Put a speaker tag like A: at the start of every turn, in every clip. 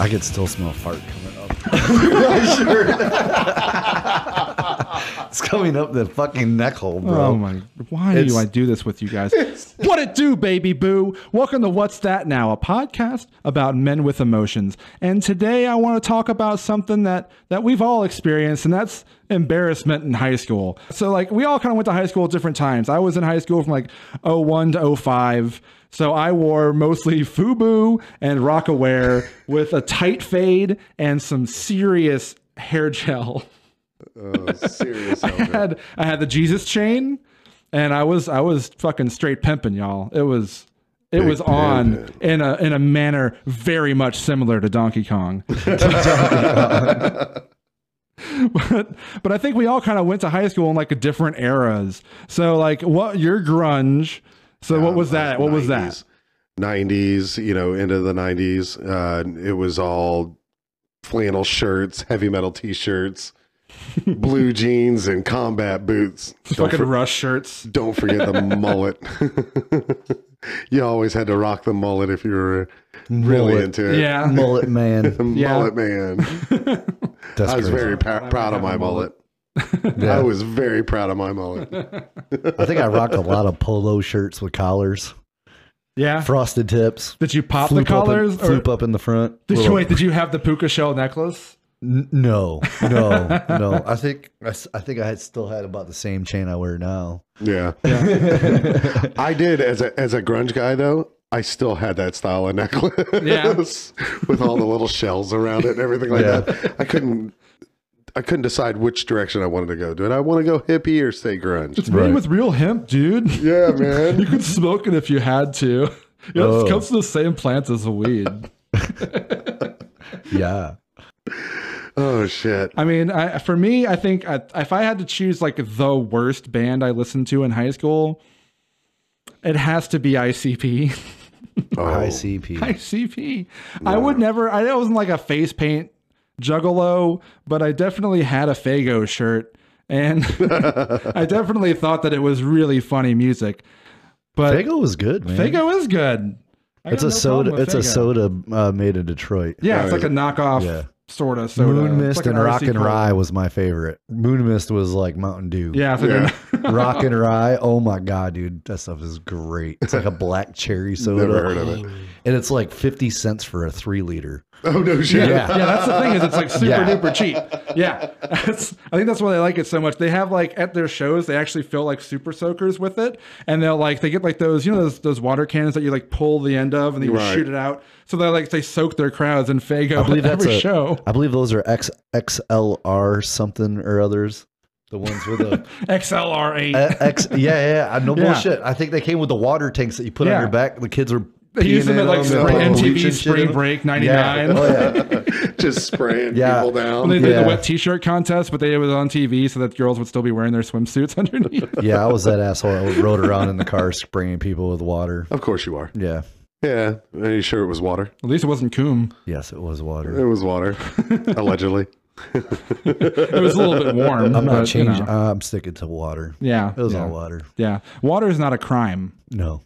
A: I could still smell fart coming up. it's coming up the fucking neck hole, bro.
B: Oh my! Why
A: It's-
B: do I do this with you guys? What it do, baby boo? Welcome to What's That Now, a podcast about men with emotions. And today I want to talk about something that that we've all experienced, and that's embarrassment in high school. So like we all kind of went to high school at different times. I was in high school from like 01 to 05. So I wore mostly FUBU and Rockaware with a tight fade and some serious hair gel.
C: Oh, serious.
B: I had I had the Jesus chain, and I was I was fucking straight pimping y'all. It was it was on in a in a manner very much similar to Donkey Kong. but but I think we all kind of went to high school in like different eras. So like what your grunge. So what was that? What was that?
C: 90s, you know, into the 90s. Uh, it was all flannel shirts, heavy metal t shirts, blue jeans, and combat boots. Don't,
B: Fucking
C: for-
B: rush shirts.
C: don't forget the mullet. you always had to rock the mullet if you were really
A: Mullet.
C: into it.
B: Yeah.
A: Mullet man.
C: The
B: Yeah.
C: mullet man.
A: That's
C: I was
A: crazy.
C: very pa- proud of my mullet. I was very proud of my mullet.
A: I think I rocked a lot of polo shirts with collars,
B: Yeah.
A: frosted tips.
B: Did you pop the
A: Floop up in-
B: collars or
A: floop up in the front.
B: did you
A: Little-
B: wait, did you have the puka shell necklace?
A: N- no, no, no. I think I, s- I think I had still had about the same chain I wear now.
C: Yeah. I did as a as a grunge guy though. I still had that style of necklace with all the little shells around it and everything like
A: Yeah.
C: that. I couldn't I couldn't decide which direction I wanted to go. Did I want to go hippie or stay grunge?
B: It's made with real hemp, dude.
C: Yeah, man.
B: You could smoke it if you had to. You know,
A: Oh.
B: It comes from the same plants as weed.
A: Yeah,
C: Oh shit.
B: I mean, I, for me, I think I, if I had to choose like the worst band I listened to in high school, it has to be ICP.
C: Oh,
A: ICP.
B: ICP. I would never. I wasn't like a face paint juggalo, but I definitely had a Fago shirt, and I definitely thought that it was really funny music. But
A: Fago was good, man.
B: Fago is good. I
A: It's
B: got
A: a
B: no problem
A: soda.
B: with
A: It's a
B: Faygo.
A: soda uh, made in Detroit.
B: Yeah, it's like a knockoff
A: Yeah.
B: sort of soda.
A: Moon
B: It's
A: Mist
B: like
A: and
B: an
A: Rock
B: RC
A: and
B: Cola.
A: Rye was my favorite. Moon Mist was like Mountain Dew.
B: Yeah, it's like
C: Yeah.
B: a-
A: Rock and Rye. Oh my god, dude, that stuff is great. It's like a black cherry soda.
C: Never heard of it.
A: And it's like fifty cents for a three liter.
C: Oh no shit.
A: Yeah.
B: yeah, that's the thing is it's like super
A: Yeah.
B: duper cheap. Yeah, That's- I think that's why they like it so much. They have like at their shows they actually fill like super soakers with it, and they'll like they get like those you know those those water cannons that you like pull the end of and then you
C: Right.
B: shoot it out. So they like they soak their crowds in Fago
A: I believe
B: at
A: that's
B: every
A: a-
B: show.
A: I believe those are X XLR something or others. The ones with the
B: XLR eight.
A: Uh, X, yeah, yeah, yeah, no
B: Yeah.
A: bullshit. I think they came with the water tanks that you put
B: Yeah.
A: on your back. The kids were
B: they use them
A: peeing
B: at like
A: in them,
B: spring,
A: putting bleach
B: MTV
A: and shit in
B: Spring
A: them.
B: Break
A: Yeah.
B: '99.
A: Oh, yeah.
C: Just spraying
A: Yeah.
C: people down.
B: They did
A: Yeah.
B: the wet T-shirt contest, but they it was on TV, so that girls would still be wearing their swimsuits underneath.
A: yeah, I was that asshole. I rode around in the car spraying people with water.
C: Of course you are.
A: Yeah.
C: Yeah. Are you sure it was water?
B: At least it wasn't Coom.
A: Yes, it was
C: It
A: water.
C: was water. Allegedly.
B: It was a little bit warm.
A: I'm not
B: but, you know.
A: changing. Uh, I'm sticking to water.
B: Yeah,
A: It was
B: yeah,
A: all water.
B: yeah. Water is not a crime.
A: No.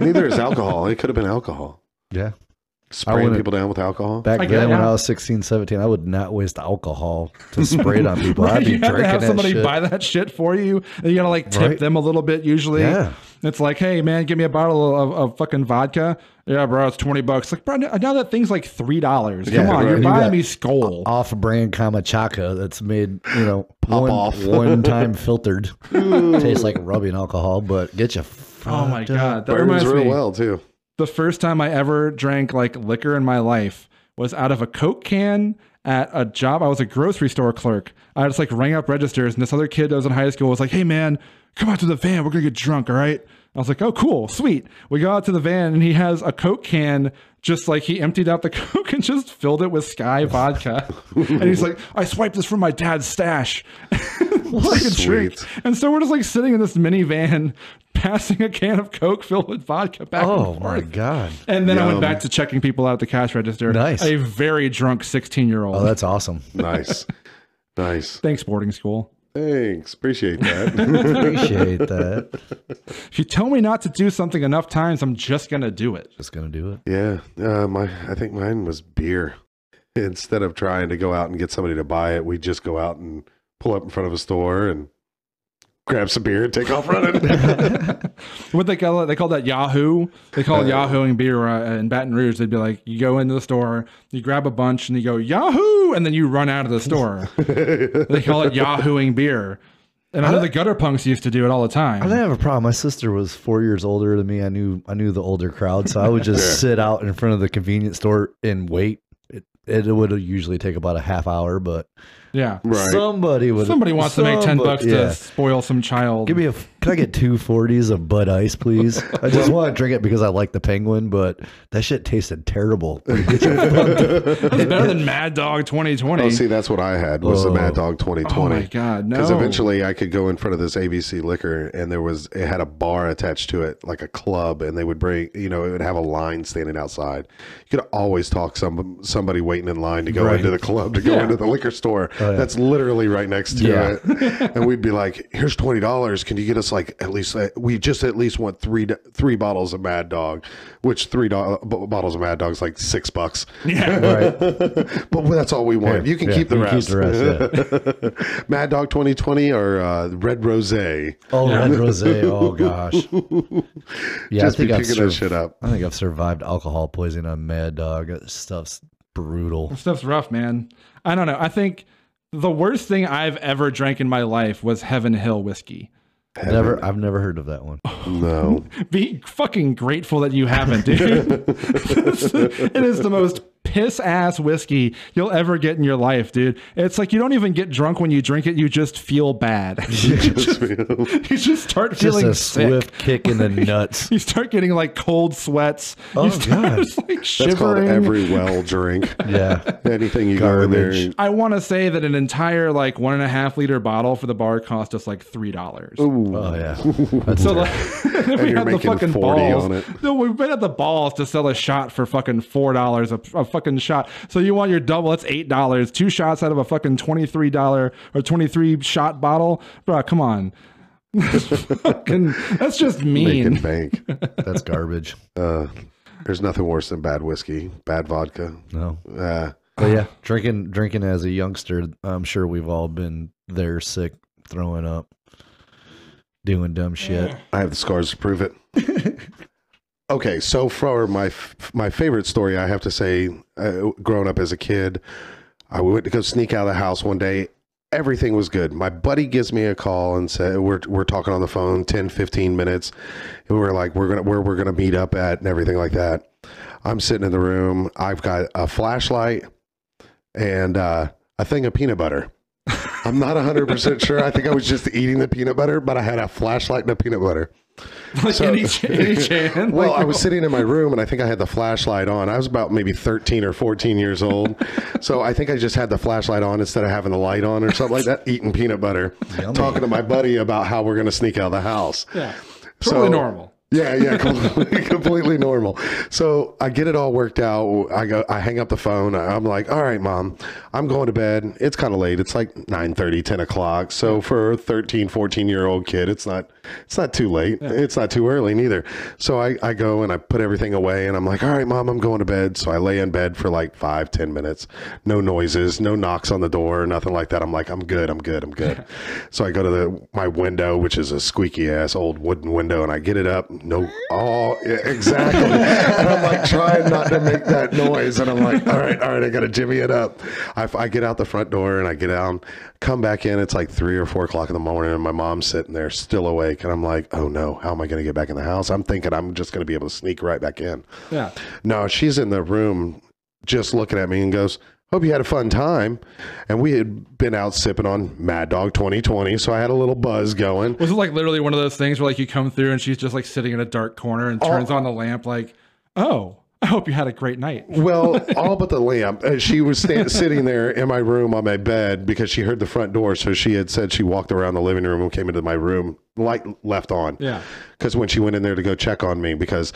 C: Neither is alcohol. It could have been alcohol.
A: Yeah.
C: Spraying
A: wouldn't-
C: people down with alcohol.
A: Back
B: I get
A: then,
B: it,
A: when
B: yeah.
A: I was 16, 17, I would not waste alcohol to spray it on people. I'd be
B: you have
A: drinking
B: to have
A: that
B: somebody
A: shit.
B: buy that shit for you. And you gotta like tip
A: Right.
B: them a little bit usually.
A: Yeah.
B: It's like, hey man, give me a bottle of, of fucking vodka. Yeah, bro, it's twenty bucks. Like, bro, now that thing's like three dollars. Come
A: Yeah,
B: on,
A: right.
B: you're
A: You
B: buying
A: got-
B: me Skull.
A: off-brand Kamachaka that's made, you know,
C: Pop
A: one,
C: off.
A: one time filtered. Tastes like rubbing alcohol, but get you.
B: oh my
A: fucked up.
B: god, that
C: Burns
B: reminds
C: real
B: me.
C: well too.
B: the first time I ever drank like liquor in my life was out of a Coke can at a job. I was a grocery store clerk. I just like rang up registers, and this other kid that was in high school was like, "Hey man, come out to the van. We're gonna get drunk, all right?" I was like, "Oh, cool, sweet." We go out to the van, and he has a Coke can. Just like he emptied out the Coke and just filled it with Sky vodka. and he's like, I swiped this from my dad's stash. like a drink.
C: Sweet.
B: And so we're just like sitting in this minivan, passing a can of Coke filled with vodka back and
A: Oh
B: forth.
A: my god.
B: And then I went
C: Yum.
B: back to checking people out at the cash register.
A: Nice.
B: A very drunk 16 year old.
A: Oh, that's awesome.
C: Nice. nice.
B: Thanks, boarding school.
C: Thanks. Appreciate that.
A: Appreciate that.
B: If you tell me not to do something enough times, I'm just going to do it.
A: Just gonna do it.
C: yeah. Uh, my I think mine was beer. instead of trying to go out and get somebody to buy it, we just go out and pull up in front of a store and grab some beer and take off running.
B: what they call it? They call that Yahoo. They call it Yahooing beer uh, in Baton Rouge. They'd be like, you go into the store, you grab a bunch, and you go Yahoo, and then you run out of the store. they call it Yahooing beer. And I know the gutter punks used to do it all the
A: I
B: time.
A: didn't have a problem. My sister was four years older than me. I knew I knew the older crowd, so I would just sit out in front of the convenience store and wait. It, it would usually take about a half hour, but
B: yeah.
C: right.
A: somebody would.
B: Somebody wants to make ten
A: somebody-
B: bucks
A: yeah.
B: to spoil some child.
A: Give me a. f- Can I get two forties of Bud Ice, please? I just want to drink it because I like the Penguin, but that shit tasted terrible.
B: That's better than Mad Dog 2020.
C: Oh, see, that's what I had was the Mad Dog
B: Oh my
C: 2020.
B: god, no!
C: Because eventually I could go in front of this ABC liquor and there was, it had a bar attached to it, like a club, and they would bring, you know, it would have a line standing outside. You could always talk some somebody waiting in line to go
A: Right.
C: into the club, to go
B: Yeah.
C: into the liquor store. That's literally right next to
A: Yeah.
C: it. and we'd be like, here's $20. Can you get us like at least, uh, we just at least want three three bottles of Mad Dog, which three do- b- bottles of Mad Dog's like six bucks.
B: yeah,
A: right.
C: But that's all we want. you can
A: Yeah,
C: keep the
A: you
C: rest.
A: rest, yeah.
C: Mad Dog 2020 or uh, Red Rosé.
A: Oh, red rosé. Oh gosh. Yeah, I
C: Just
A: think
C: be
A: I've
C: picking that
A: served,
C: shit up.
A: I think I've survived alcohol poisoning on Mad Dog. That stuff's brutal.
B: stuff's rough, man. I don't know. I think the worst thing I've ever drank in my life was Heaven Hill whiskey.
A: Never, I've never heard of that one.
B: Oh,
C: No.
B: Be fucking grateful that you haven't, dude. it is the most piss ass whiskey you'll ever get in your life, dude. It's like you don't even get drunk when you drink it; you just feel bad. you, just, you just start
A: Just
B: feeling
A: a
B: sick.
A: swift kick in the nuts.
B: You start getting like cold sweats.
A: Oh,
B: you start
A: God.
B: like
C: That's called
B: shivering.
C: every well drink.
A: yeah.
C: Anything you go in there.
A: Garbage.
B: I want to say that an entire like one and a half liter bottle for the bar cost us like three dollars.
A: Oh yeah. That's
B: So like, we
C: you're
B: had the
C: making
B: fucking
C: 40
B: balls.
C: on it.
B: No, we had the balls to sell a shot for fucking four dollars a, a fucking shot. So you want your double? That's eight dollars. Two shots out of a fucking twenty three dollar or twenty three shot bottle, bro. Come on, fucking, that's just
C: Making
B: mean.
C: bank.
A: that's garbage.
C: Uh, there's nothing worse than bad whiskey, bad vodka.
A: No.
C: Uh,
A: But yeah, drinking drinking as a youngster, I'm sure we've all been there sick, throwing up, doing dumb shit.
C: I have the scars to prove it. okay, so for my f- my favorite story, I have to say, uh, growing up as a kid, I went to go sneak out of the house one day. Everything was good. My buddy gives me a call and said we're we're talking on the phone 10 15 minutes. And we're like we're going to where we're going to meet up at and everything like that. I'm sitting in the room. I've got a flashlight and uh, a thing of peanut butter. I'm not 100% sure. I think I was just eating the peanut butter, but I had a flashlight and a peanut butter.
B: Like any, ch- any chance?
C: Well,
B: Like, oh.
C: I was sitting in my room and I think I had the flashlight on. I was about maybe 13 or 14 years old. so I think I just had the flashlight on instead of having the light on or something like that, eating peanut butter, talking to my buddy about how we're going to sneak out of the house.
B: yeah, totally
C: So-
B: normal.
C: Yeah, yeah, completely, completely normal. So I get it all worked out. I go, I hang up the phone. I'm like, all right, mom, I'm going to bed. It's kind of late. It's like 9 10 o'clock. So for a 13, 14 year old kid, it's not, it's not too late. It's not too early neither. So I, I go and I put everything away and I'm like, all right, mom, I'm going to bed. So I lay in bed for like five, 10 minutes. No noises, no knocks on the door, nothing like that. I'm like, I'm good. I'm good. I'm good. so I go to the, my window, which is a squeaky ass old wooden window and I get it up. No, oh, yeah, exactly. and I'm like trying not to make that noise. And I'm like, all right, all right, I got to jimmy it up. I, I get out the front door and I get out, come back in. It's like three or four o'clock in the morning and my mom's sitting there still awake. And I'm like, oh no, how am I going to get back in the house? I'm thinking I'm just going to be able to sneak right back in.
B: Yeah,
C: No, she's in the room just looking at me and goes, Hope you had a fun time. And we had been out sipping on Mad Dog 2020. So I had a little buzz going.
B: was it like literally one of those things where like you come through and she's just like sitting in a dark corner
C: Oh.
B: and turns on the lamp? Like, oh, I hope you had a great night.
C: Well, all but the lamp. Uh, She was sta- sitting there in my room on my bed because she heard the front door. So she had said she walked around the living room and came into my room, light left on.
B: Yeah.
C: Because when she went in there to go check on me, because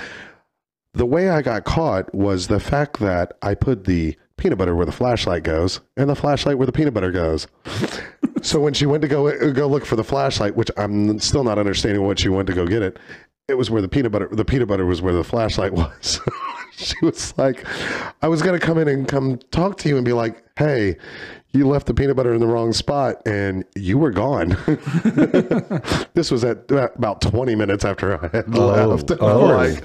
C: the way I got caught was the fact that I put the peanut butter where the flashlight goes and the flashlight where the peanut butter goes. so when she went to go go look for the flashlight, which I'm still not understanding what she went to go get it, it was where the peanut butter the peanut butter was where the flashlight was. she was like, I was gonna come in and come talk to you and be like, hey, you left the peanut butter in the wrong spot and you were gone. this was at about 20 minutes after I had left. I'm
A: oh.
C: like,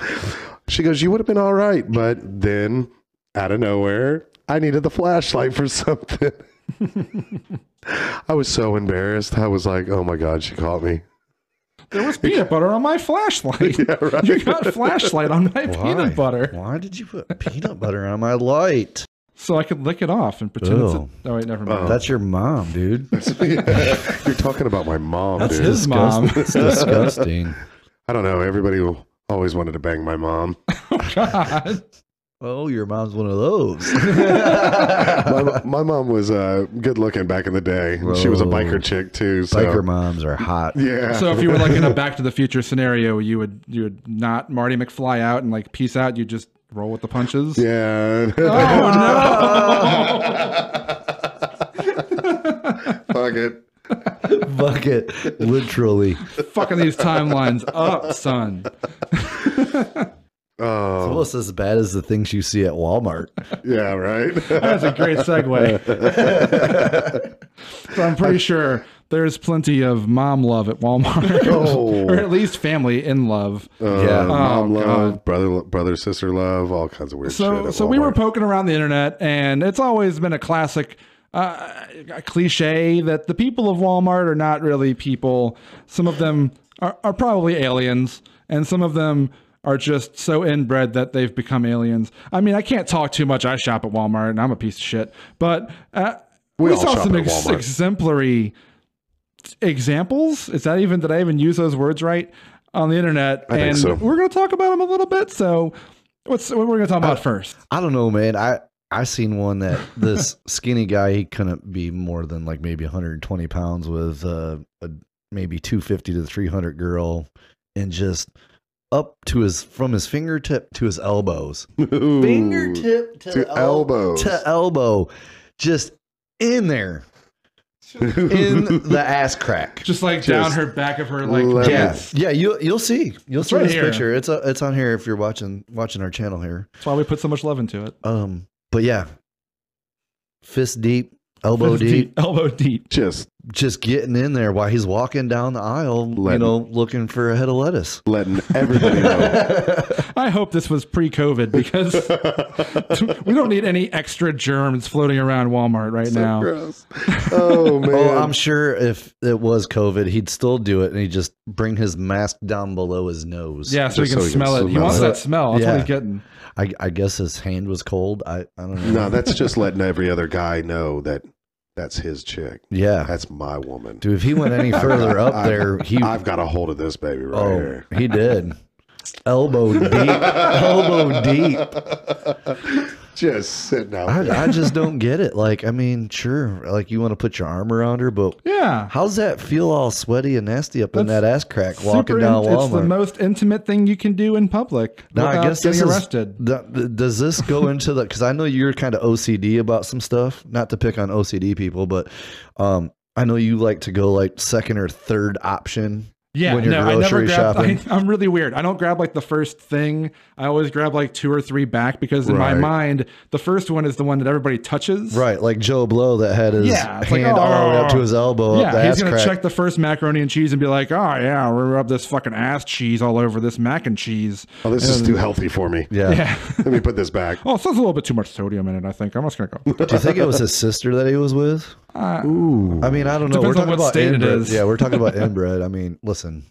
C: she goes, you would have been all right, but then out of nowhere, I needed the flashlight for something. I was so embarrassed. I was like, oh my God, she caught me.
B: There was peanut butter on my flashlight. You got flashlight on my peanut butter,
A: Why did you put peanut butter on my light?
B: so I could lick it off and pretend. It's a,
A: Ew.
B: oh wait, never mind.
A: That's your mom, dude.
C: You're talking about my mom,
B: That's
C: dude.
B: his mom.
A: It's disgusting.
C: I don't know. Everybody always wanted to bang my mom.
B: God.
A: Oh, your mom's one of those.
C: my, my mom was uh, good looking back in the day. She was a
A: Whoa.
C: biker chick too. So.
A: Biker moms are hot.
C: Yeah.
B: So if you were like in a Back to the Future scenario, you would you would not Marty McFly out and like peace out. You just roll with the punches.
C: yeah.
B: Oh no!
C: Fuck it.
A: Bucket, literally.
B: Fucking these timelines up, son.
C: Oh,
A: Almost as bad as the things you see at Walmart.
C: yeah, right. Uh,
B: That's a great segue. so I'm pretty sure there's plenty of mom love at Walmart,
C: Oh.
B: or at least family in love.
A: yeah.
C: Mom
B: Oh,
C: love,
B: God.
C: brother, brother, sister love, all kinds of weird shit.
B: so
C: at
B: so we were
C: Walmart.
B: poking around the internet and it's always been a classic uh, a cliche that the people of walmart are not really people some of them are, are probably aliens and some of them are just so inbred that they've become aliens i mean i can't talk too much i shop at walmart and i'm a piece of shit but uh, we,
C: all
B: saw
C: shop
B: some
C: at
B: ex-
C: Walmart.
B: exemplary examples is that even did i even use those words right on the internet
C: think
B: and
C: so.
B: we're going to talk about them a little bit so what's what we're going to talk about first
A: I don't know, man. I I seen one that this skinny guy he couldn't be more than like maybe 120 pounds with uh, a maybe 250 to 300 girl, and just up to his from his fingertip to his elbows,
C: Ooh.
A: fingertip to,
C: to elbows.
A: to elbow, just in there in the ass crack.
B: just like down her back of her like
C: let
A: Yeah,
B: that's
A: yeah, you you'll see. You'll see
B: right
A: this
B: here.
A: picture. It's a, it's on here if you're watching watching our channel here.
B: why we put so much love into it
A: Um, but yeah, fist deep, elbow
B: Fist
A: deep,
B: elbow deep
C: Just
A: just getting in there while he's walking down the aisle,
C: Letting-
A: you know, looking for a head of lettuce. Oh,
C: letting everybody know.
B: i hope this was pre-covid because we don't need any extra germs floating around walmart right now
C: Gross. Oh man.
A: Oh, I'm sure if it was COVID, he'd still do it, and he'd just bring his mask down below his nose.
B: yeah so we
C: Just
B: can
C: so we can
B: smell it he
C: smell
B: wants
C: it.
B: that smell that's what
A: Yeah.
B: he's getting
A: I, I guess his hand was cold. I, I don't know.
C: no, that's just letting every other guy know that that's his chick.
A: Yeah,
C: That's my woman.
A: dude. If he went any further up
C: I've-
A: there, he
C: I've got a hold of this baby right
A: oh
C: here.
A: he did elbow deep, elbow deep.
C: Just sitting out. there.
A: I, I just don't get it. Like, I mean, sure, like you want to put your arm around her, but
B: yeah
A: how's that feel all sweaty and nasty up in
B: That's
A: that ass crack walking
B: Super
A: down
B: in- it's the
A: Walmart?
B: most intimate thing you can do in public
A: Now,
B: without getting
A: this is-
B: arrested
A: th- th- does this go into the? Because I know you're kind of OCD about some stuff. Not to pick on OCD people, but um, I know you like to go like second or third option.
B: Yeah,
A: when you're
B: no, I never
A: grocery
B: grab. I,
A: shopping.
B: I'm really weird. I don't grab like the first thing. I always grab like two or three back because in my
C: Right.
B: mind, the first one is the one that everybody touches.
A: Right, like Joe Blow that had his
B: Yeah, it's like,
A: hand all the way up
B: "Oh."
A: to his elbow. up the
B: Yeah, he's
A: ass
B: gonna
A: crack.
B: check the first macaroni and cheese and be like, "Oh yeah, we rub this fucking ass cheese all over this mac and cheese."
C: oh, this is too healthy for me.
A: Yeah.
B: Yeah.
C: Let me put this back.
B: oh, so there's a little bit too much sodium in it. I think I'm just gonna go.
A: Do you think it was his sister that he was with?
C: Ooh.
A: I mean, I don't know.
B: Depends
A: we're
B: on
A: talking
B: what
A: about
B: state it
A: inbred.
B: is.
A: Yeah, we're talking about inbred. I mean, listen,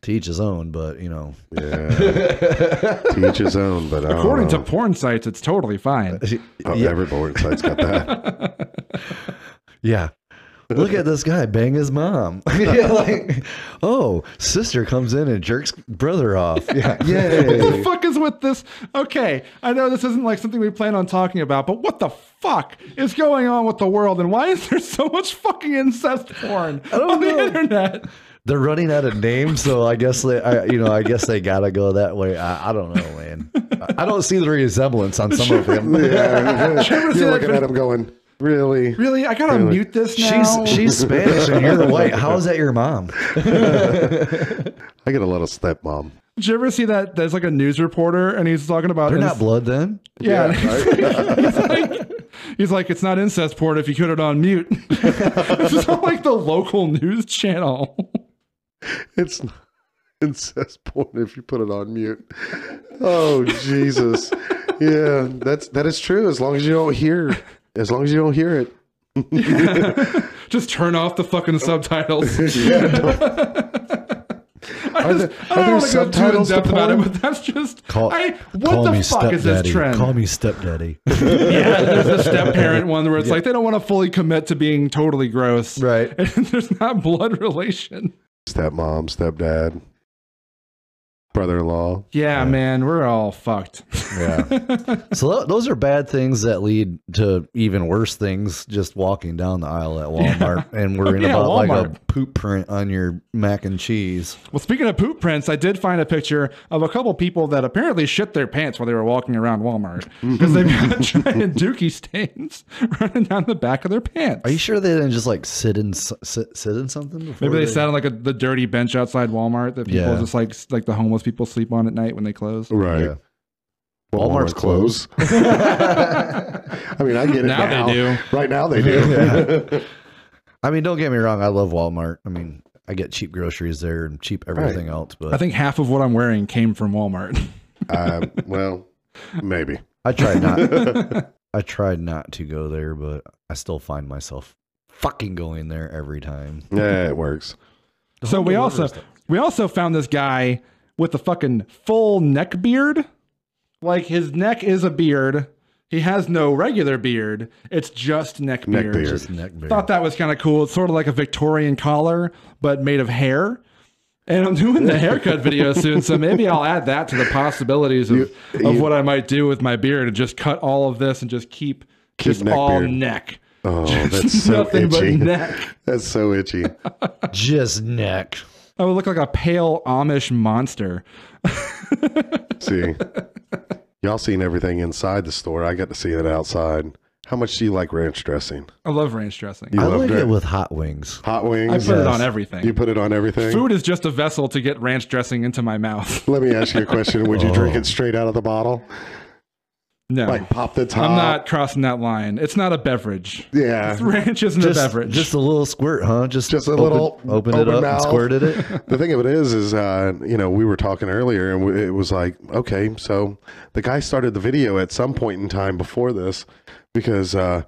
A: to each his own, but you know,
C: Yeah. to each his own, but
A: Oh.
B: According to porn sites, it's totally fine.
C: oh,
A: yeah.
C: every board site's got that.
A: yeah. Look at this guy bang his mom. yeah, like, oh, sister comes in and jerks brother off. Yeah,
B: What the
C: Yay.
B: fuck is with this? Okay, I know this isn't like something we plan on talking about, but what the fuck is going on with the world and why is there so much fucking incest porn
A: don't
B: on the
A: know.
B: internet?
A: they're running out of names, so I guess they, I, you know, I guess they gotta go that way. I, I don't know, man. I, I don't see the resemblance on some of them.
C: Yeah. You're
B: that
C: looking at him going, really?
B: Really? I gotta mute this
A: She's
B: now.
A: she's Spanish and you're white. How is that your mom?
C: I get a lot of stepmom.
B: Did you ever see that? There's like a news reporter, and he's talking about
A: They're
B: inc-
A: not blood then.
B: Yeah,
C: Yeah,
B: he's, like, he's like, it's not incest porn if you put it on mute. this is on like the local news channel.
C: It's not incest porn if you put it on mute. Oh Jesus. yeah, that's that is true. As long as you don't hear as long as you don't hear it.
B: Just turn off the fucking subtitles. I,
C: Are
B: just,
C: there-
B: I
C: are there
B: don't want to go too in
C: subtitles to
B: depth about it,
C: porn?
B: but that's just
A: Call,
B: I, what
A: call
B: the
A: me
B: fuck is this
A: stepdaddy.
B: trend?
A: Call me stepdaddy.
B: yeah, there's a step parent one where it's like they don't want to fully commit to being totally gross,
A: right.
B: and there's not blood relation.
C: Stepmom, stepdad, brother in law.
B: Yeah, man, we're all fucked.
A: Yeah. so tho- those are bad things that lead to even worse things just walking down the aisle at Walmart and we're in
B: Yeah,
A: about like a
B: Walmart.
A: poop print on your mac and cheese.
B: Well, speaking of poop prints, I did find a picture of a couple people that apparently shit their pants while they were walking around Walmart
A: Mm-hmm.
B: because they've got giant dookie stains running down the back of their pants.
A: Are you sure they didn't just like sit in s- sit, sit in something? Before
B: Maybe they sat on like a, the dirty bench outside Walmart that people
A: Yeah.
B: just like like the homeless people sleep on at night when they close.
C: Right.
A: Yeah.
C: Well,
A: Walmart's
C: Walmart's closed. I mean, I get it
B: Now
C: now.
B: they do.
C: Right now they do.
A: I mean, don't get me wrong. I love Walmart. I mean, I get cheap groceries there and cheap everything else, but
B: I
A: I,
B: think half of what I'm wearing came from Walmart.
C: Um, well, maybe.
A: tried not. I tried not to go there, but I still find myself fucking going there every time.
C: Yeah, it works.
B: so we
A: Wonder
B: also
A: Wonders,
B: we also found this guy with the fucking full neck beard. Like his neck is a beard. He has no regular beard. It's just neck beard.
C: Neck beard.
A: Just neck beard.
B: Thought that was kind of cool. It's sort of like a Victorian collar, but made of hair. And I'm doing the haircut video soon, so maybe I'll add that to the possibilities of, of what I might do with my beard and just cut all of this and just keep, just
C: neck
B: all
C: beard.
B: neck.
C: Oh,
B: Just
C: that's so
B: nothing
C: itchy.
B: but neck.
C: That's so itchy.
A: Just neck.
B: I would look like a pale Amish monster.
C: See, y'all seen everything inside the store. I got to see it outside. How much do you like ranch dressing?
B: I love ranch dressing.
C: You
A: I
C: love
A: like
C: dra-
A: it with hot wings.
C: hot
B: I
C: wings.
B: put it on everything.
C: You put it on everything.
B: Food is just a vessel to get ranch dressing into my mouth.
C: Let me ask you a question. Would you drink
A: Oh.
C: it straight out of the bottle?
B: No.
C: Like pop the top?
B: I'm not crossing that line. It's not a beverage.
C: Yeah.
B: Ranch isn't
A: Just,
B: a beverage.
A: just a little squirt, huh? Just,
C: Just a
A: open-
C: little
A: Opened it
C: open
A: up and
C: mouth.
A: squirted it.
C: The thing of it is, is uh, you know, we were talking earlier, and we- it was like, okay, so the guy started the video at some point in time before this, because uh,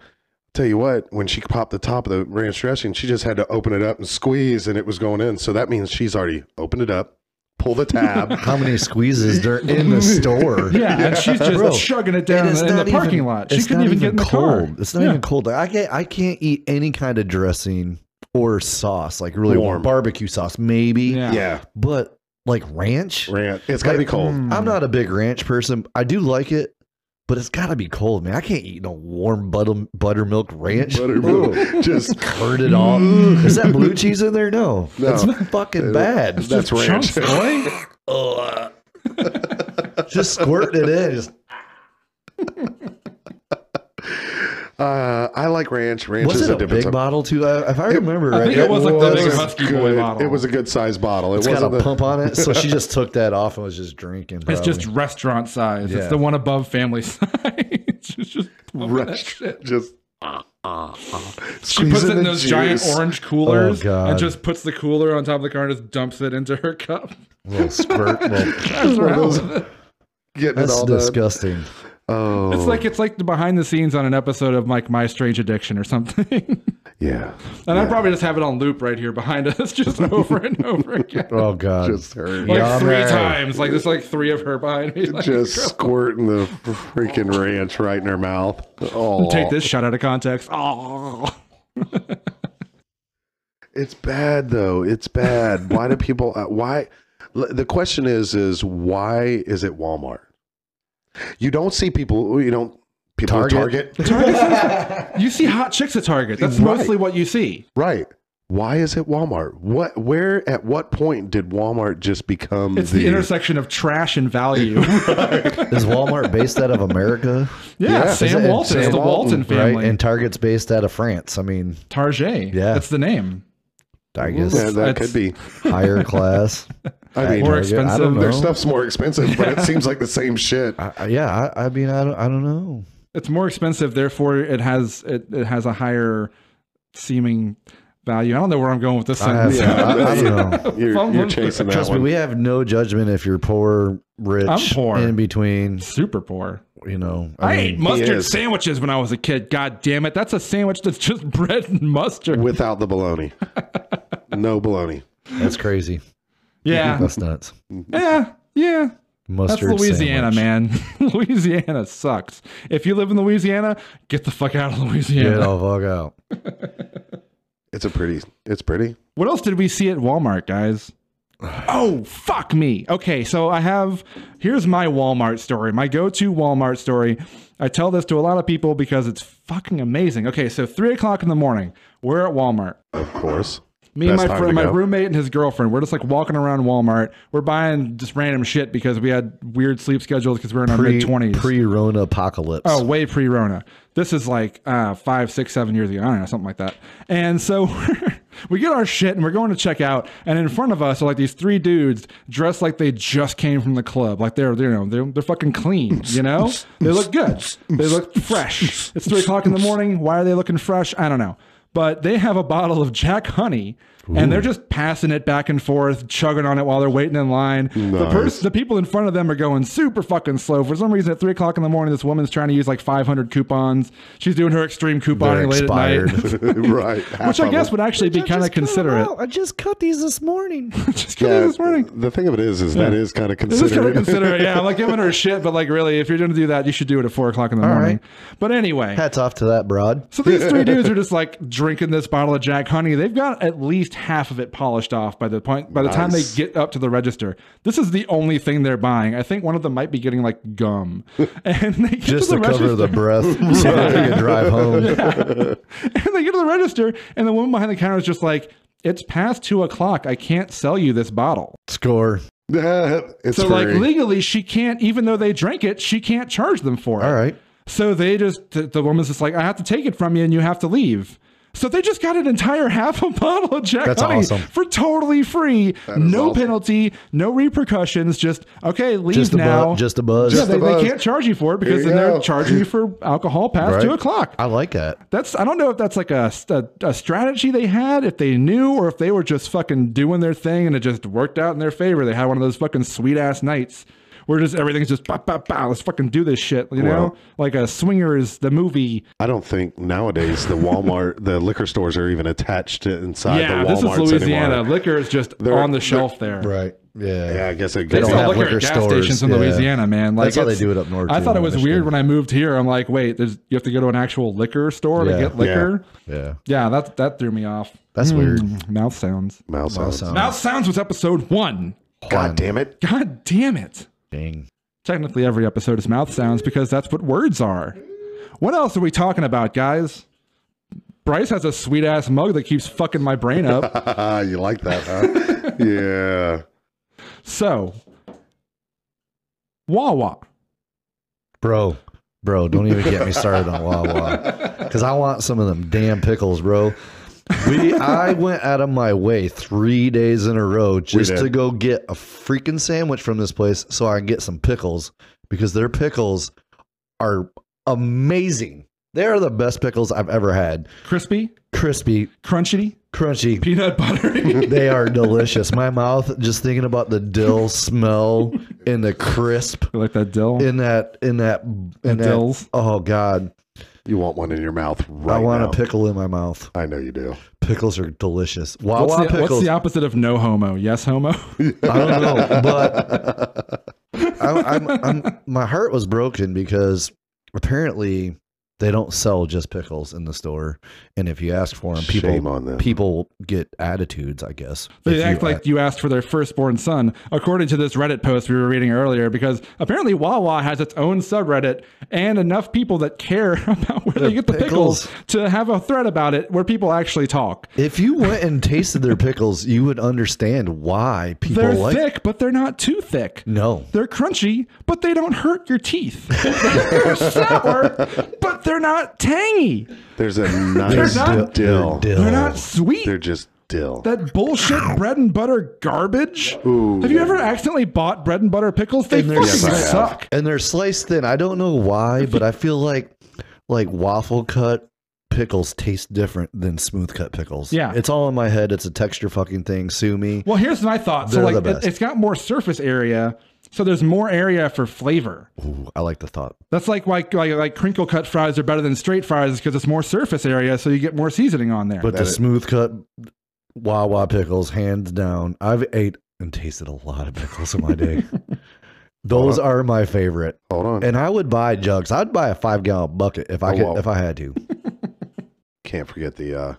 C: tell you what, when she popped the top of the ranch dressing, she just had to open it up and squeeze, and it was going in. So that means she's already opened it up, pull the tab.
A: How many squeezes there in the store?
B: Yeah, and she's just
A: Bro,
B: chugging it down
A: And it's
B: in the
A: not
B: parking
A: even-
B: lot. She
A: it's
B: couldn't
A: not
B: even, get in the
A: cold.
B: car.
A: It's not
B: Yeah.
A: even cold. I can't, I can't eat any kind of dressing or sauce, like really warm
C: Warm.
A: barbecue sauce, maybe.
B: Yeah.
C: yeah,
A: But like ranch,
C: ranch. It's gotta be cold.
B: Mm.
A: I'm not a big ranch person. I do like it, but it's got to be cold, man. I can't eat no warm butter, buttermilk ranch.
C: Buttermilk. just
A: Heard it all. Is that blue cheese in there? No,
C: No.
A: that's fucking bad.
C: that's ranch.
B: chunks, boy.
A: Ugh. just squirt it in. Just-
C: Uh, I like ranch. Ranch
A: was
C: is
A: it
C: a,
A: a
C: different
A: big
C: type-
A: bottle too? I, if I remember,
B: I
A: right,
B: think it was like the big
C: was
B: Husky
C: good-
B: Boy bottle.
C: It was a good sized bottle. It
A: It's got
C: wasn't
A: a
C: the-
A: pump on it, so she just took that off and was just drinking.
B: It's just
A: probably.
B: restaurant size. It's
A: Yeah.
B: the one above family size. She's just pumping that
C: Rest-
B: shit.
C: Just ah, ah, ah.
B: She puts
C: Squeezing
B: it in
C: the
B: those giant
C: juice.
B: orange coolers
A: Oh, God.
B: and just puts the cooler on top of the car and just dumps it into her cup.
A: little squirt. little-
B: That's
C: one of
B: around
C: those-
B: with it.
C: Getting it
A: that's
C: all done.
A: disgusting.
C: Oh,
B: It's like it's like the behind the scenes on an episode of like My Strange Addiction or something. and
C: yeah,
B: I probably just have it on loop right here behind us, just over and over again.
A: Oh god,
C: just her,
B: Like
A: Yeah,
B: three
A: man.
B: times. Like there's like three of her behind me. Like,
C: just squirting the freaking ranch right in her mouth. Oh,
B: Take this shot out of context. Oh.
C: It's bad though. It's bad. why do people? Uh, why? l- The question is: is why is it Walmart? You don't see people. You don't people at
A: Target.
C: Target.
B: You see hot chicks at Target. That's
C: Right.
B: mostly what you see.
C: Right. Why is it Walmart? What? Where? At what point did Walmart just become
B: It's the, intersection of trash and value.
A: is Walmart based out of America?
B: yeah,
C: Yeah.
A: Is
B: Sam
A: it-
B: Walton. It's
A: Sam
B: the Walton,
C: Walton,
B: family.
A: Right, and Target's based out of France. I mean,
B: Target.
A: Yeah.
B: That's the name.
A: I guess
C: Yeah, that
B: It's-
C: could be.
A: higher class.
C: I mean,
B: More
A: I don't
B: expensive.
A: know.
C: their stuff's more expensive, but it seems like the same shit.
A: I, I- yeah, I, I mean, I don't, I don't know.
B: It's more expensive, therefore it has it, it has a higher seeming value. I don't know where I'm going with this
A: I, have,
B: sentence.
A: I, I don't know.
C: You're, you're chasing that
A: Trust me,
C: one.
A: we have no judgment if you're poor, rich,
B: I'm poor.
A: in between.
B: Super poor.
A: You know,
B: I, ate mustard
C: is.
B: sandwiches when I was a kid. God damn it. That's a sandwich that's just bread and mustard.
C: Without the baloney. no baloney.
A: that's crazy.
B: Yeah.
A: That's nuts.
B: yeah. Yeah. That's
A: Mustard.
B: Louisiana,
A: sandwich.
B: man. Louisiana sucks. If you live in Louisiana, get the fuck out of Louisiana.
A: Get all fuck out.
C: It's a pretty. It's pretty.
B: What else did we see at Walmart, guys? Oh, fuck me. Okay, so I have here's my Walmart story, my go to Walmart story. I tell this to a lot of people because it's fucking amazing. Okay, so three o'clock in the morning, we're at Walmart.
C: Of course.
B: Me
C: Best
B: and my
C: time
B: friend,
C: to
B: my
C: go.
B: roommate, and his girlfriend. We're just like walking around Walmart. We're buying just random shit because we had weird sleep schedules because we were in our mid
A: Pre
B: twenties.
A: pre Rona apocalypse.
B: Oh, way pre Rona. This is like uh, five, six, seven years ago. I don't know, something like that. And so we get our shit and we're going to check out. And in front of us are like these three dudes dressed like they just came from the club. Like they're, you know, they're, they're fucking clean, you know? They look good. They look fresh. It's three o'clock in the morning. Why are they looking fresh? I don't know. But they have a bottle of Jack Honey and they're just passing it back and forth, chugging on it while they're waiting in line. The,
C: Nice.
B: person the people in front of them are going super fucking slow. For some reason, at three o'clock in the morning, this woman's trying to use like 500 coupons. She's doing her extreme
A: They're
B: couponing late
A: expired.
B: at night,
C: right.
B: which I guess would actually be kind of considerate.
A: I just cut these this morning.
B: Just kidding this morning.
C: The thing of it is, is that is kind of
B: This is kind of
C: considerate.
B: considerate. Yeah, I'm like giving her a shit, but like really, if you're going to do that, you should do it at four o'clock in the morning. But anyway.
A: Hats off to that broad.
B: So these three dudes are just like drinking this bottle of Jack Honey. They've got at least half of it polished off by the point by the time they
C: Nice.
B: get up to the register. This is the only thing they're buying. I think one of them might be getting like gum, and they get
A: Just
B: to
A: to cover
B: the register.
A: the breath so they can drive home.
B: and they get to the register, and the woman behind the counter is just like, "It's past two o'clock. I can't sell you this bottle."
A: Score.
C: it's
B: So,
C: free.
B: like legally, she can't. Even though they drank it, she can't charge them for it.
A: All right.
B: So they just the, the woman's just like, "I have to take it from you, and you have to leave." So they just got an entire half a bottle of Jack
A: That's
B: Honey
A: awesome.
B: for totally free,
C: is
B: no
C: awesome.
B: penalty, no repercussions. Just okay, leave
A: Just a
B: now.
A: buzz. Just a buzz.
B: yeah, they,
C: the
B: they
C: buzz.
B: can't charge you for it because
C: Here you
B: then they're
C: go.
B: charging you for alcohol past
A: Right.
B: two o'clock.
A: I like that.
B: That's I don't know if that's like a, a a strategy they had, if they knew, or if they were just fucking doing their thing and it just worked out in their favor. They had one of those fucking sweet ass nights where just everything's just bah, bah, bah, let's fucking do this shit, you know,
C: Well-
B: like a swingers the movie.
C: I don't think nowadays the Walmart, the liquor stores are even attached to
A: uh,
C: inside
B: yeah,
C: the
B: this is
C: Walmarts
B: Louisiana.
C: anymore.
B: Liquor is just
C: They're-
B: on the
C: they're-
B: shelf there.
A: Right. Yeah.
C: Yeah, I guess it
B: They
C: goes
A: don't
B: sell
A: have
B: liquor at
A: liquor
B: gas
A: stores,
B: stations in
A: yeah.
B: Louisiana, man. Like
A: That's how they
B: it's-
A: do it up north,
B: I
A: too,
B: thought it
A: in
B: was weird
A: Michigan.
B: when I moved here. I'm like, wait, there's you have to go to an actual liquor store
A: Yeah.
B: to get liquor.
A: Yeah.
B: Yeah, that that threw me off. Hmm,
A: That's weird.
B: Mouth sounds.
C: mouth
A: Mouth
C: sounds.
A: sound.
B: Mouth Sounds was episode one.
C: God damn it.
B: God damn it.
A: Dang.
B: Technically, every episode is mouth sounds because that's what words are. What else are we talking about, guys? Bryce has a sweet ass mug that keeps fucking my brain up.
C: you like that, huh? yeah.
B: So, Wawa.
A: Bro, bro, don't even get me started on Wawa. Because I want some of them damn pickles, bro. We, I went out of my way three days in a row just
C: did.
A: to go get a freaking sandwich from this place so I can get some pickles because their pickles are amazing. They are the best pickles I've ever had.
B: Crispy,
A: Crispy,
B: crunchy,
A: crunchy.
B: peanut buttery.
A: They are delicious. My mouth just thinking about the dill smell and the crisp
B: You like that dill?
A: in that in that in that.
B: Dills.
A: Oh God,
C: You want one in your mouth right
A: I want
C: now.
A: a pickle in my mouth.
C: I know you do.
A: Pickles are delicious. Wawa
B: What's the, what's
A: pickles.
B: the opposite of no homo? Yes, homo?
A: I don't know, but I, I'm, I'm, my heart was broken because apparently they don't sell just pickles in the store, and if you ask for them, people
C: Shame on them.
A: people get attitudes. I guess If
B: They
A: you
B: act like you asked for their firstborn son, according to this Reddit post we were reading earlier, because apparently Wawa has its own subreddit and enough people that care about where they get the pickles.
A: pickles.
B: to have a thread about it where people actually talk.
A: If you went and tasted their pickles, you would understand why people
B: They're
A: like.
B: thick, but they're not too thick.
A: No,
B: They're crunchy, but they don't hurt your teeth. they're sour, but they're not tangy.
C: There's a nice
B: not-
C: dill.
A: They're dill. Oh,
B: They're not sweet.
C: They're just dill.
B: That bullshit bread and butter garbage.
C: Ooh.
B: Have you ever accidentally bought bread and butter pickles? They
A: And
B: fucking
A: they're
C: sliced.
B: suck.
A: and they're sliced thin. I don't know why, but I feel like like waffle cut pickles taste different than smooth cut pickles.
B: Yeah.
A: it's all in my head. It's a texture fucking thing. Sue me.
B: Well, here's my thought. So
A: They're
B: like,
A: the
B: it,
A: best.
B: it's got more surface area, so there's more area for flavor.
A: Ooh, I like the thought.
B: That's like like like, like crinkle cut fries are better than straight fries because it's more surface area, so you get more seasoning on there.
A: But the
C: That it-
A: smooth cut Wawa pickles, hands down. I've ate and tasted a lot of pickles in my day. Those are my favorite,
C: Hold on.
A: and I would buy jugs. I'd buy a five gallon bucket if I
C: Oh,
A: could,
C: wow.
A: if I had to.
C: Can't forget the uh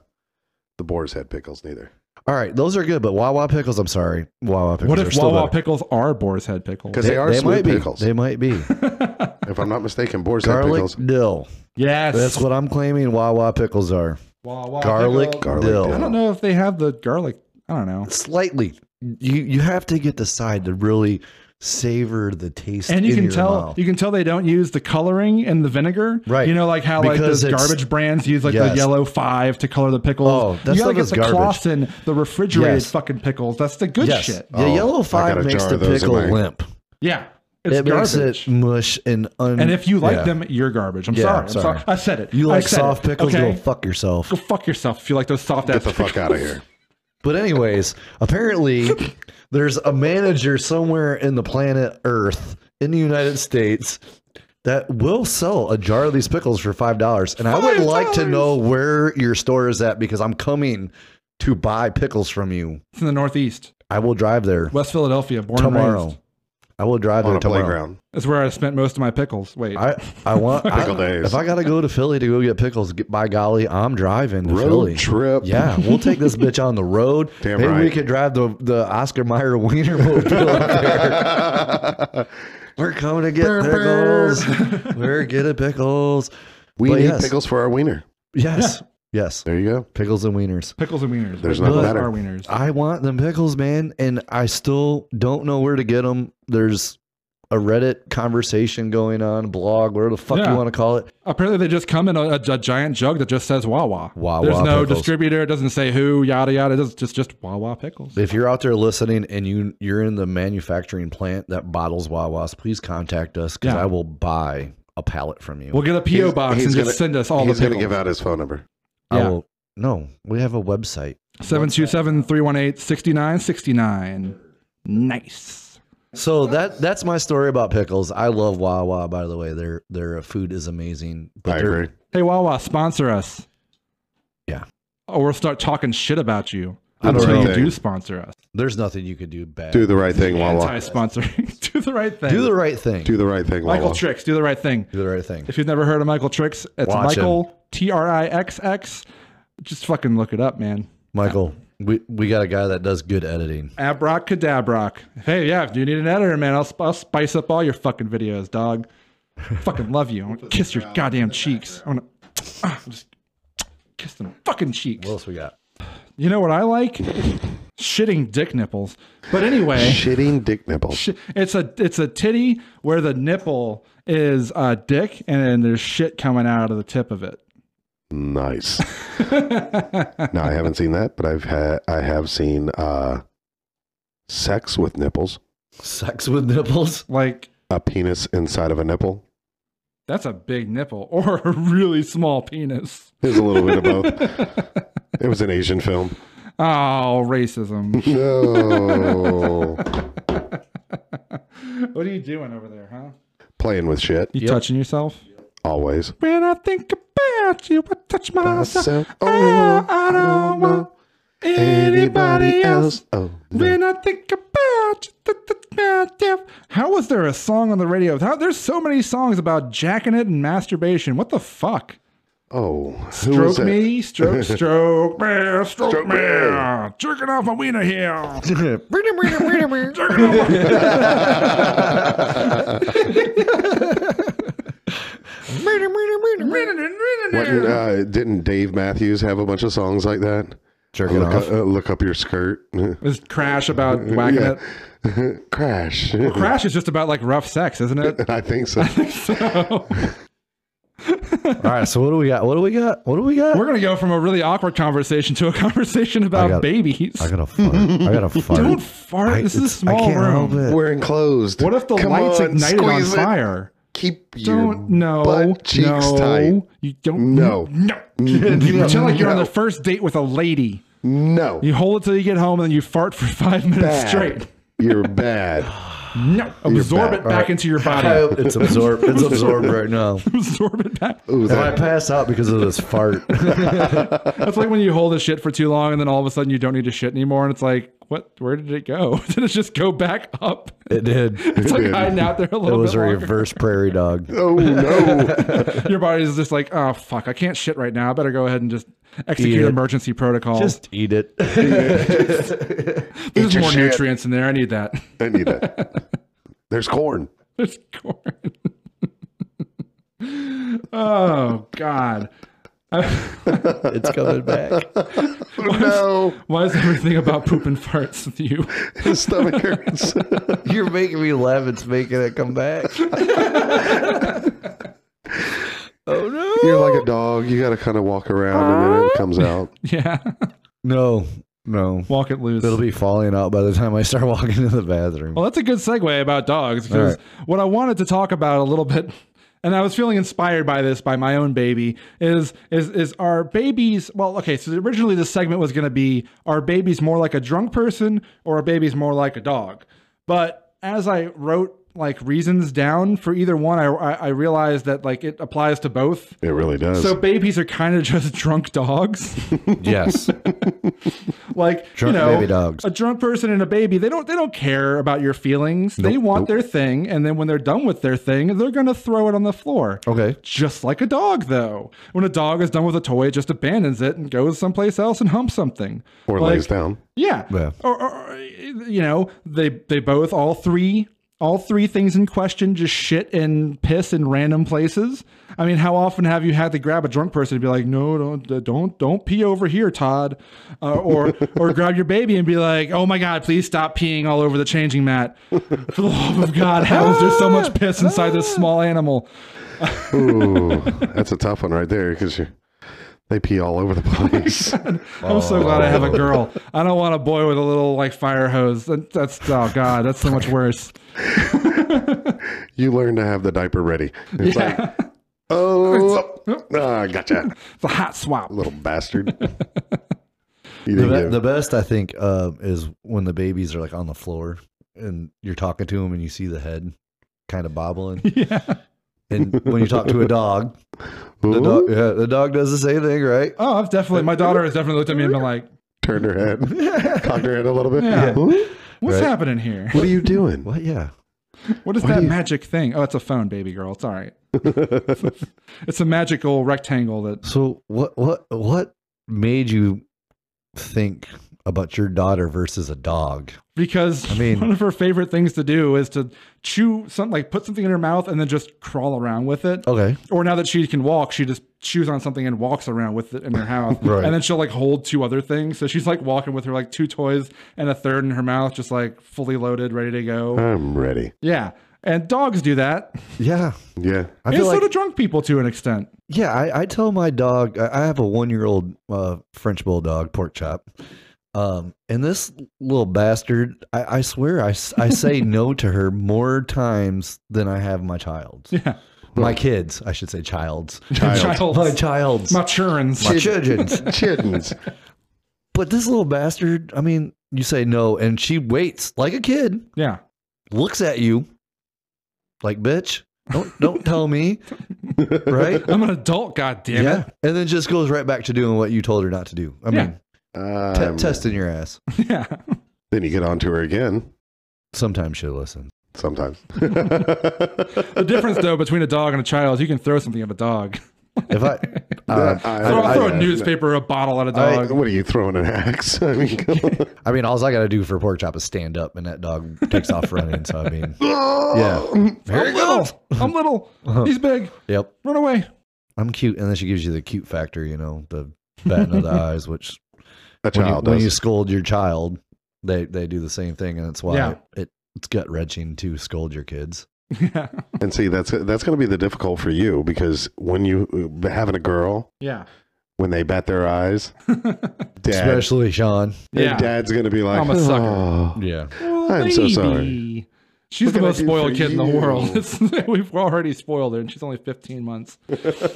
C: the boar's head pickles neither.
A: All right, those are good, but Wawa pickles. I'm sorry, Wawa pickles.
B: what
A: are
B: if
A: still
B: Wawa
A: better.
B: pickles are boar's head pickles?
C: Because they, are smooth
A: might
C: pickles.
A: Be. They might be
C: if I'm not mistaken, boar's head
A: garlic
C: pickles.
A: dill.
B: Yes.
A: That's what I'm claiming. Wawa pickles are
B: Wawa
A: garlic,
B: pickles.
C: Garlic
A: dill.
C: dill.
B: I don't know if they have the garlic. I don't know.
A: Slightly. You you have to get the side to really savor the taste.
B: And you
A: in
B: can
A: your
B: tell
A: mouth.
B: you can tell they don't use the coloring and the vinegar.
A: Right.
B: You know, like how
A: Because
B: like
A: it's-
B: those garbage brands use like the
A: Yes.
B: yellow five to color the pickles.
A: Oh, that
B: you gotta
A: stuff
B: get
A: is
B: the
A: garbage.
B: Clausen, the refrigerated
A: Yes.
B: fucking pickles. That's the good
A: yes.
B: shit.
A: The
C: Oh, I
A: yellow
C: got a
A: five makes
C: jar
A: the
C: of those in
A: pickle
C: my-
A: limp.
B: Yeah. It's
A: it
B: garbage.
A: makes it mush and un.
B: and if you like
A: yeah.
B: them, you're garbage. I'm
A: Yeah,
B: sorry. I'm sorry.
A: sorry.
B: I said it.
A: you
B: I
A: like
B: said
A: soft
B: it,
A: pickles,
B: Okay?
A: you'll fuck yourself.
B: Go fuck yourself if you like those soft ass
C: Get the fuck out of here.
A: But anyways, apparently there's a manager somewhere in the planet Earth in the United States that will sell a jar of these pickles for five dollars. And I would
B: $5?
A: like to know where your store is at because I'm coming to buy pickles from you.
B: It's in the Northeast,
A: I will drive there
B: West Philadelphia, born and
A: tomorrow.
B: raised.
A: I will drive
C: On
A: there
C: a
A: tomorrow.
C: playground.
B: That's where I spent most of my pickles. Wait.
A: I I want I-
C: Pickle days.
A: If I gotta go to Philly to go get pickles, get, by golly, I'm driving to
C: Road
A: Philly.
C: trip.
A: Yeah, we'll take this bitch on the road.
C: Damn
A: Maybe we
C: right.
A: could drive the, the Oscar Mayer Wiener mobile up there. We're coming to get
C: Burr,
A: pickles. We're getting pickles.
C: we
A: But
C: need
A: yes.
C: pickles for our wiener.
A: Yes. Yes.
C: There you go.
A: Pickles and wieners.
B: pickles and wieners.
C: There's
B: Wait,
C: nothing
B: those
C: better.
B: Are wieners.
A: I want them pickles, man, and I still don't know where to get them. There's a Reddit conversation going on, blog, whatever the fuck
B: Yeah.
A: you want to call it.
B: Apparently, they just come in a, a- a giant jug that just says Wawa.
A: Wawa
B: There's no
A: pickles.
B: distributor. It doesn't say who. Yada yada. It's just just Wawa pickles.
A: If you're out there listening and you you're in the manufacturing plant that bottles Wawas, please contact us because
B: Yeah.
A: I will buy a pallet from you.
B: We'll get a PO box and
C: gonna,
B: just send us all the
C: He's gonna
B: pickles.
C: give out his phone number.
A: I
B: yeah.
A: will. No, we have a website.
B: 727-318-6969. Nice.
A: So that that's my story about pickles. I love Wawa. By the way, their their food is amazing.
C: I
A: they're-
C: agree.
B: Hey Wawa, sponsor us.
A: Yeah.
B: Or we'll start talking shit about you
A: I don't
B: until
A: know.
B: you do sponsor us.
A: There's nothing you could do bad.
C: Do the right thing, Wawa.
B: Anti-sponsoring. do the right thing.
A: Do the right thing.
C: Do the right thing,
B: Michael
C: Wawa.
B: Tricks. Do the right thing.
A: Do the right thing.
B: If you've never heard of Michael Tricks, it's
A: Watch him.
B: Michael T R I X X. Just fucking look it up, man.
A: Michael, we we got a guy that does good editing.
B: Abracadabrock. Hey, yeah, if you need an editor, man, I'll, I'll spice up all your fucking videos, dog. fucking love you. I want to kiss your goddamn cheeks. I want to just kiss them fucking cheeks.
A: What else we got?
B: You know what I like? Shitting dick nipples. But anyway,
C: Shitting dick nipples.
B: sh- it's a it's a titty where the nipple is a dick, and then there's shit coming out of the tip of it.
C: Nice. no, I haven't seen that, but I've had I have seen uh sex with nipples.
A: Sex with nipples.
B: Like
C: A penis inside of a nipple.
B: That's a big nipple or a really small penis.
C: It was a little bit of both. It was an Asian film.
B: Oh, racism.
C: No.
B: what are you doing over there, huh?
C: Playing with shit.
B: You touching yourself?
C: Always.
B: When I think about you, I touch myself.
C: Myself.
B: Oh,
C: Oh,
B: I don't want anybody
C: Anybody
B: else.
C: else? Oh, no.
B: When I think about you, th- th- myself. how was there a song on the radio? How, there's so many songs about jacking it and masturbation. What the fuck?
C: Oh, who was
B: Stroke
C: that?
B: me, stroke, stroke me, stroke,
C: Stroke
B: me.
C: me.
B: Jerking off my wiener here.
C: What, uh, didn't Dave Matthews have a bunch of songs like that?
A: Jerking
C: Look
A: off.
C: up, uh, look up your skirt.
B: Is Crash about whacking it?
C: Crash.
B: Crash is just about like rough sex, isn't it?
C: I think so.
B: So
A: All right, so what do we got? What do we got? What do we got?
B: We're gonna go from a really awkward conversation to a conversation about
A: got-
B: babies.
A: I gotta fart. I gotta fart.
B: Don't fart.
A: I-
B: this is a
A: it's- I
B: small
A: can't help
B: room.
A: it.
C: We're enclosed.
B: What if the
C: Come
B: lights
C: on,
B: ignited on
C: squeeze it.
B: fire?
C: Keep your
B: Don't no
C: butt cheeks
B: no.
C: tight.
B: You don't
C: No.
B: no. You
C: No.
B: pretend like you're on
C: No.
B: the first date with a lady.
C: No.
B: You hold it till you get home, and then you fart for five minutes
C: Bad.
B: straight.
C: You're bad.
B: No, absorb
C: back.
B: it back into your
A: I
B: body.
A: hope it's absorbed. It's absorbed right now.
B: absorb it back.
C: Ooh,
A: If I
C: that,
A: pass out because of this fart,
B: That's like when you hold a shit for too long, and then all of a sudden you don't need to shit anymore, and it's like, what? Where did it go? did it just go back up?
A: it did.
B: It's like
C: did.
B: hiding out there a
A: It
B: little
A: was a
B: bit longer.
A: reverse prairie dog.
C: oh no.
B: Your body's just like, oh fuck, I can't shit right now. I better go ahead and just execute
A: it.
B: emergency protocol.
A: Just eat it.
B: There's
C: your
B: more
C: shit.
B: nutrients in there. I need that.
C: I need that. There's corn.
B: There's corn. oh god.
A: It's coming back.
C: Oh, No.
B: Why is everything about poop and farts with you?
C: His stomach hurts.
A: You're making me laugh. It's making it come back. oh no!
C: You're like a dog. You gotta kinda walk around and then it comes out.
B: Yeah.
A: No, no.
B: Walk it loose.
A: It'll be falling out by the time I start walking to the bathroom.
B: Well, that's a good segue about dogs because what I wanted to talk about a little bit, and I was feeling inspired by this by my own baby, is is is our babies. Well, okay, so originally this segment was going to be are babies more like a drunk person or are babies more like a dog? But as I wrote like reasons down for either one, I I, I realized that like it applies to both.
C: It really does.
B: So babies are kind of just drunk dogs.
A: Yes.
B: like
A: Drunk
B: you know,
A: baby dogs.
B: a drunk person and a baby they don't they don't care about your feelings they want their thing and then when they're done with their thing they're gonna throw it on the floor
A: Okay.
B: just like a dog though when a dog is done with a toy it just abandons it and goes someplace else and humps something
C: or
B: Like,
C: lays down.
B: yeah.
A: Yeah.
B: Or, or you know, they they both all three all three things in question just shit and piss in random places. I mean, how often have you had to grab a drunk person and be like, "No, don't don't don't pee over here, Todd," uh, or or grab your baby and be like, "Oh my God, please stop peeing all over the changing mat." For the love of God, how is there so much piss inside this small animal?
C: Ooh. that's a tough one right there, because you they pee all over the
B: Oh
C: place.
B: I'm so glad I have a girl. I don't want a boy with a little like fire hose. That, that's oh God, that's so much worse.
C: you learn to have the diaper ready. It's
B: Yeah.
C: like Oh, ah, gotcha,
B: It's a hot swap.
C: little bastard. You
A: The,
C: didn't
A: be-
C: get-
A: the best I think uh, is when the babies are like on the floor and you're talking to them and you see the head kind of bobbling.
B: Yeah.
A: And when you talk to a dog, the
C: Ooh,
A: dog yeah, the dog does the same thing, right?
B: Oh, I've definitely. My daughter has definitely looked at me and been like,
C: turned her head, cocked her head a little bit.
B: Yeah.
C: Ooh,
B: "What's
A: Right.
B: happening here?
C: What are you doing?
A: What? Yeah.
B: What is
C: do
B: that
C: you-
B: magic thing? Oh, it's a phone, baby girl. It's all right. it's a magical rectangle that.
A: So what what what made you think about your daughter versus a dog?
B: Because
A: I mean-
B: one of her favorite things to do is to chew something, like put something in her mouth and then just crawl around with it.
A: Okay.
B: Or now that she can walk, she just chews on something and walks around with it in her house.
A: Right.
B: And then she'll like hold two other things. So she's like walking with her like two toys and a third in her mouth, just like fully loaded, ready to
A: Uh-huh.
B: go.
C: I'm ready.
B: Yeah. And dogs do that.
A: Yeah.
C: Yeah.
A: I
B: and
A: feel
B: so
A: like
B: do drunk people to an extent.
A: yeah, I, I tell my dog I I have a one year old uh, French bulldog, pork chop. Um, and this little bastard, I, I swear, I, s- I say no to her more times than I have my child.
B: Yeah.
A: My kids, I should say, childs.
C: Child.
B: Childs.
A: My childs. My,
B: Maturans.
A: children's.
C: Chittens.
A: but this little bastard, I mean, you say no, and she waits like a kid,
B: yeah.
A: looks at you like, bitch, don't, don't tell me. right?
B: I'm an adult, god damn it.
A: And then just goes right back to doing what you told her not to do. I
B: Yeah.
A: mean, te-
C: Um,
A: testing your ass.
B: Yeah.
C: Then you get onto her again
A: Sometimes she listens.
C: sometimes.
A: Uh,
B: The difference though between a dog and a child is you can throw something at a dog.
A: If I, uh,
B: Throw,
A: I-
B: throw a
C: I-
B: newspaper or a bottle at a
A: I-
B: dog.
C: What are you throwing an axe? I mean, come on.
A: I mean, alls I got to do for pork chop is stand up, and that dog takes off running. So I mean, yeah, here
B: I'm little. I'm little. He's big.
A: Yep,
B: Run away.
A: I'm cute, and then she gives you the cute factor, you know, the batting of the eyes, which
C: a
A: when you,
C: child.
A: when you
C: does.
A: scold your child, they they do the same thing, and it's why
B: Yeah.
A: it, it's gut wrenching to scold your kids.
B: yeah.
C: And see, that's that's going to be the difficult for you because when you having a girl,
B: Yeah.
C: when they bat their eyes, dad,
A: especially Sean.
C: their
B: Yeah.
C: dad's going to be like,
B: I'm a sucker.
C: "Oh."
A: Yeah,
B: Oh,
C: I'm so sorry.
B: baby. She's
C: What
B: the
C: can I
B: most
C: do
B: spoiled
C: for
B: kid in the
C: you?
B: world. It's- We've already spoiled her, and she's only 15 months.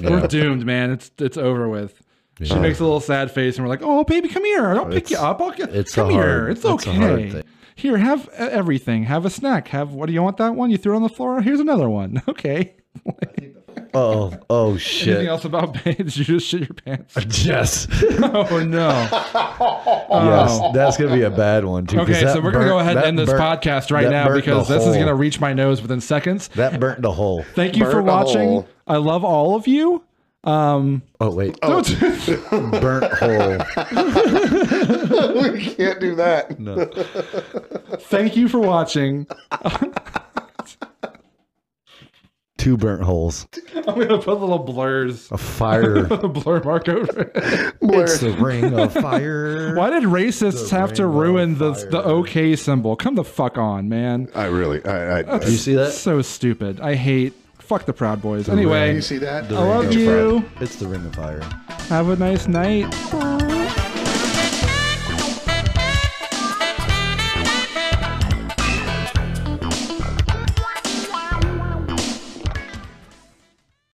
B: We're doomed, man. It's it's over with. She
A: Yeah.
B: makes a little sad face, and we're like, "Oh, baby, come here. I'll pick you
A: It's-
B: up. I'll get,
A: it's a
B: come
A: hard-
B: here. It's
A: it's
B: okay.
A: a hard thing.
B: Here, have e- everything. Have a snack. Have what do you want? That one you threw on the floor. Here's another one. Okay.
A: Oh, oh
B: Anything
A: shit.
B: else about babe? Did you just shit your pants?
A: Yes,
B: oh no.
A: yes, that's gonna be a bad one too. 'cause
B: Oh. Okay,
A: that
B: so we're gonna go
A: burnt-
B: ahead and
A: that
B: end this
A: burnt-
B: podcast right
A: that
B: now
A: burnt
B: because
A: the
B: this is
A: hole.
B: gonna reach my nose within seconds.
A: That burnt the hole.
B: Thank you for
C: Burn a
B: watching.
C: hole.
B: I love all of you. Um,
A: Oh wait,
B: don't-
A: burnt hole.
C: we can't do that.
A: No.
B: thank you for watching.
A: Two burnt holes.
B: I'm gonna put little blurs,
A: A fire.
B: a blur mark over it.
A: it's the ring of fire.
B: Why did racists have to
A: rainbow
B: ruin the
A: fire.
B: the OK symbol? Come the fuck on, man.
C: I really, I, I,
A: Do you see that?
B: So stupid. I hate. Fuck the Proud Boys. Anyway,
C: you see that?
A: The
B: I love
A: ring of
B: you.
A: fire. It's the ring of fire.
B: Have a nice night. Bye.